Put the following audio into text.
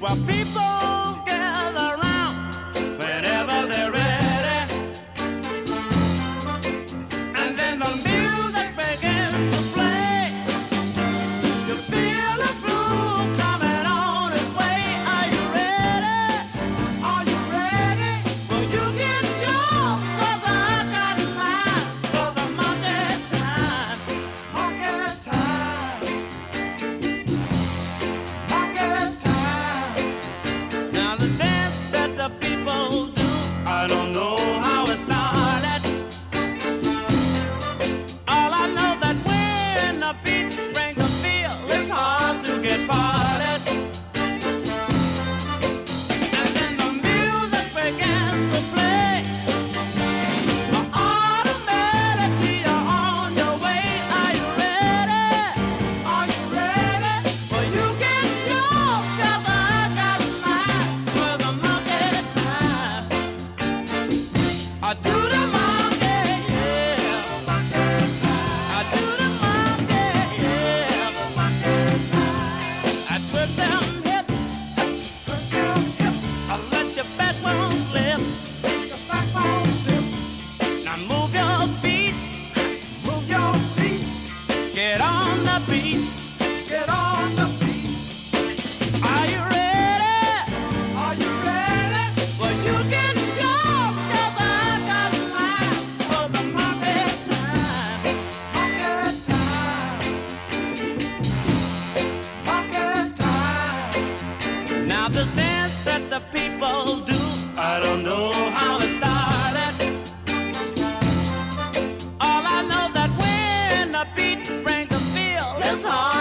Well, people gather round whenever they're ready. And then the music begins to play. You feel the groove coming on its way. Are you ready? Are you ready? Well, you get yours, 'cause I got mine for the monkey time. Monkey time. Monkey time. Now the dance that the people do, I don't know how it started. All I know that when the beat brings a feel, it's hard to get parted. And then the music begins to play. Automatically you're on your way. Are you ready? Are you ready? Well, you get yours 'cause I got mine for the monkey time. I do the monkey, yeah. I do the monkey, yeah. I twist them hips, twist them hips. I let your backbone slip, let your backbone slip. Now move your feet, move your feet. Get on the beat, get on the beat. Are you ready? Are you ready? Well, you can go, 'cause I got mine for the monkey time. Monkey time. Monkey time. Now this dance that the people do, I don't know how it started. All I know that when the beat brings a feel, it's hard.